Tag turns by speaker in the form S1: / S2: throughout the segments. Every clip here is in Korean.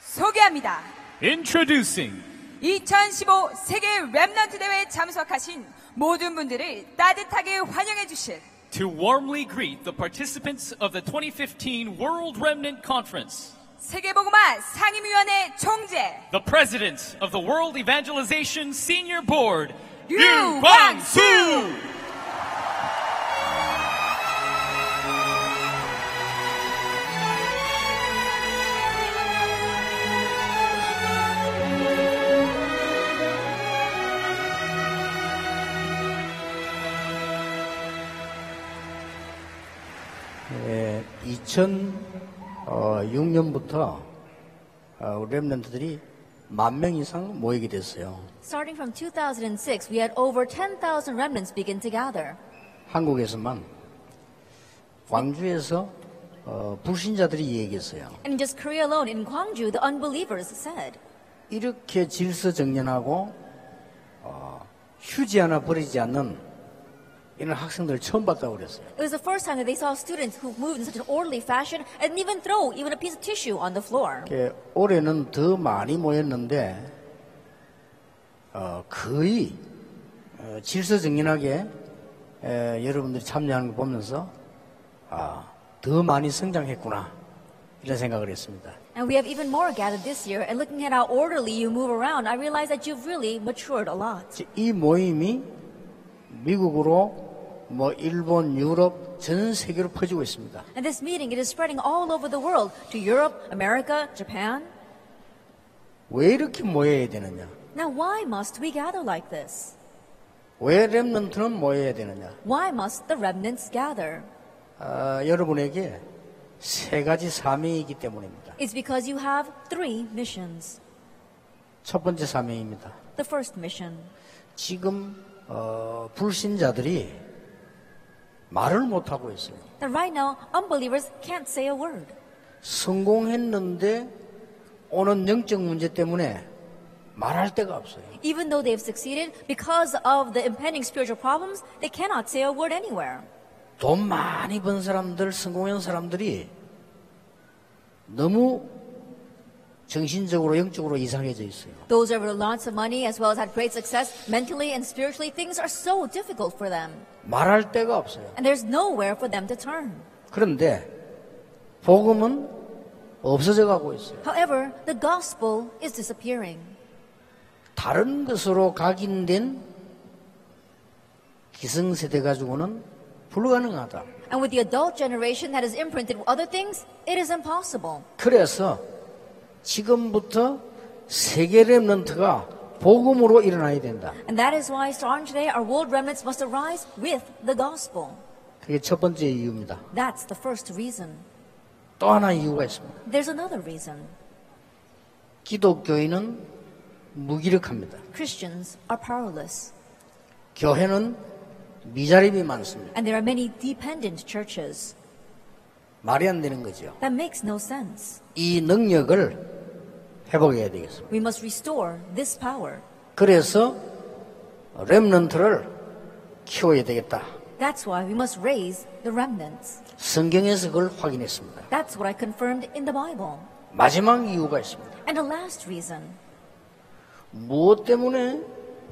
S1: 소개합니다.
S2: Introducing
S1: 2015 세계 랩런트 대회에 참석하신 모든 분들을 따뜻하게 환영해 주실
S2: to warmly greet the participants of the 2015 World Remnant Conference,
S1: 세계보고마 상임위원회 총재
S2: the president of the World Evangelization Senior Board,
S1: Yu
S2: Kwang-soo.
S3: 예, 2006년부터 어, 랩런트들이 만 명 이상 모이게 됐어요.
S4: Starting from 2006, we had over 10,000 remnants begin to gather.
S3: 한국에서만 광주에서 어, 불신자들이 얘기했어요.
S4: And in just Korea alone, in Gwangju, the unbelievers said,
S3: 이렇게 질서 정연하고 어, 휴지 하나 버리지 않는 이런 학생들 처음 봤다고 그랬어요.
S4: it was the first time that they saw students who moved in such an orderly fashion and didn't even throw even a piece of tissue on the floor.
S3: 예, 올해는 더 많이 모였는데 어, 거의 어, 질서정연하게 에, 여러분들이 참여하는 거 보면서 아, 더 많이 성장했구나 이런 생각을 했습니다.
S4: And we have even more gathered this year. And looking at how orderly you move around, I realize that you've really matured a lot.
S3: 이제 이 모임이 미국으로 뭐 일본, 유럽 전 세계로 퍼지고 있습니다.
S4: And this meeting, it is spreading all over the world to Europe, America, Japan.
S3: 왜 이렇게 모여야 되느냐?
S4: Now, why must we gather like this?
S3: 왜 렘넌트는 모여야 되느냐?
S4: Why must the remnants gather?
S3: 아, 여러분에게 세 가지 사명이기 때문입니다.
S4: It's because you have three missions.
S3: 첫 번째 사명입니다.
S4: The first mission.
S3: 지금 어, 불신자들이 말을 못 하고 있어요.
S4: That right now, unbelievers can't say a word.
S3: 성공했는데 오는 영적 문제 때문에 말할 데가 없어요.
S4: Even though they've succeeded, because of the impending spiritual problems, they cannot say a word anywhere.
S3: 돈 많이 번 사람들, 성공한 사람들이 너무 정신적으로 영적으로 이상해져 있어요.
S4: Those who have earned lots of money as well as had great success mentally and spiritually, things are so difficult for them.
S3: 말할 데가 없어요.
S4: And there's nowhere for them to turn.
S3: 그런데 복음은 없어져 가고 있어요.
S4: However, the gospel is disappearing.
S3: 다른 것으로 각인된 기성세대 가지고는 불가능하다.
S4: And with the adult generation that is imprinted with other things, it is impossible.
S3: 그래서 지금부터 세계 랩런트가 복음으로 일어나야 된다.
S4: And that is why, starting today, our world remnants must arise with the gospel.
S3: 그게 첫 번째 이유입니다.
S4: That's the first reason.
S3: 또 하나 이유가 있습니다.
S4: There's another reason.
S3: 기독교인은 무기력합니다.
S4: Christians are powerless,
S3: 교회는 미자립이 많습니다.
S4: and there are many dependent churches.
S3: 말이 안 되는 거죠.
S4: That makes no sense.
S3: 이 능력을 회복해야 되겠습니다.
S4: We must restore this power.
S3: 그래서 랩런트를 키워야 되겠다.
S4: That's why we must raise the remnants.
S3: 성경에서 그걸 확인했습니다.
S4: That's what I confirmed in the Bible.
S3: 마지막 이유가 있습니다.
S4: And a last reason.
S3: 무엇 때문에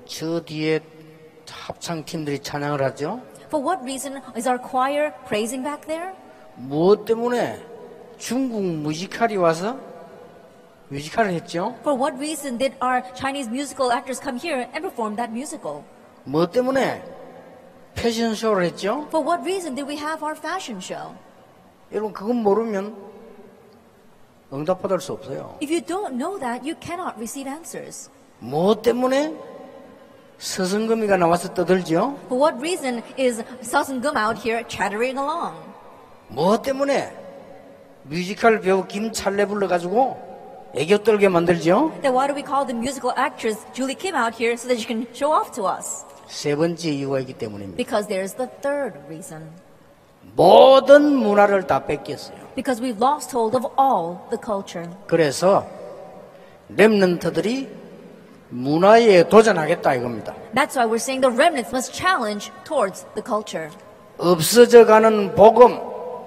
S3: 저 뒤에 합창팀들이 찬양을 하죠?
S4: For what reason is our choir praising back there?
S3: 무엇 때문에 중국 뮤지컬이 와서 뮤지컬을 했죠?
S4: For what reason did our Chinese musical actors come here and perform that musical?
S3: 무엇 뭐 때문에 패션쇼를 했죠?
S4: For what reason did we have our fashion show?
S3: 여러분 그건 모르면 응답받을 수 없어요.
S4: If you don't know that, you cannot receive answers.
S3: 무엇 뭐 때문에 서승금이가 나와서 떠들죠?
S4: For what reason is Sasungum out here chattering along?
S3: 무엇 뭐 때문에 뮤지컬 배우 김찰래 불러가지고 애교 떨게 만들죠?
S4: Then why do we call the musical actress Julie Kim out here so that she can show off to us?
S3: 세 번째 이유가 있기 때문입니다.
S4: Because there's the third reason.
S3: 모든 문화를 다 뺏겼어요.
S4: Because we've lost hold of all the culture.
S3: 그래서 랩런터들이 문화에 도전하겠다 이겁니다.
S4: That's why we're saying the remnants must challenge towards the culture.
S3: 없어져가는 복음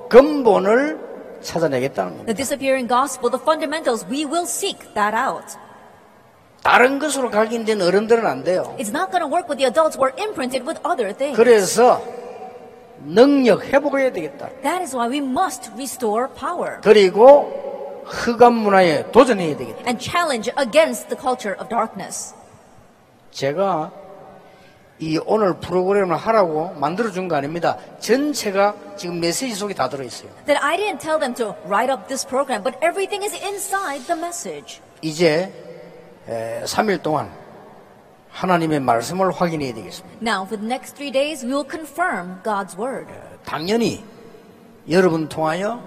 S3: 근본을 찾아내겠다는 겁니다.
S4: The disappearing gospel, the fundamentals, we will seek that out.
S3: 다른 것으로 각인된 어른들은 안 돼요.
S4: It's not going to work with the adults who are imprinted with other things.
S3: 그래서 능력 회복해야 되겠다.
S4: That is why we must restore power
S3: 그리고 흑암 문화에 도전해야 되겠다.
S4: and challenge against the culture of darkness.
S3: 제가 이 오늘 프로그램을 하라고 만들어준 거 아닙니다. 전체가 지금 메시지 속에 다 들어있어요.
S4: That I didn't tell them to write up this program, but everything is inside the message.
S3: 이제 3일 동안 하나님의 말씀을 확인해야 되겠습니다.
S4: Now, for the next three days, we will confirm God's word.
S3: 당연히 여러분 통하여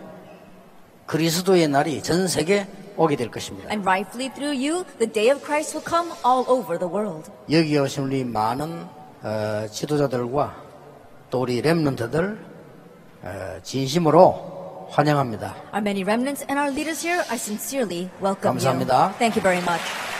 S3: 그리스도의 날이 전 세계 오게 될 것입니다.
S4: And rightfully through you, the day of Christ will come all over the world.
S3: 여기 오신 우리 많은 어, 지도자들과 또 우리 렘런트들 어, 진심으로 환영합니다.
S4: Our many remnants and our leaders here, I sincerely welcome you.
S3: 감사합니다.
S4: Thank you very much.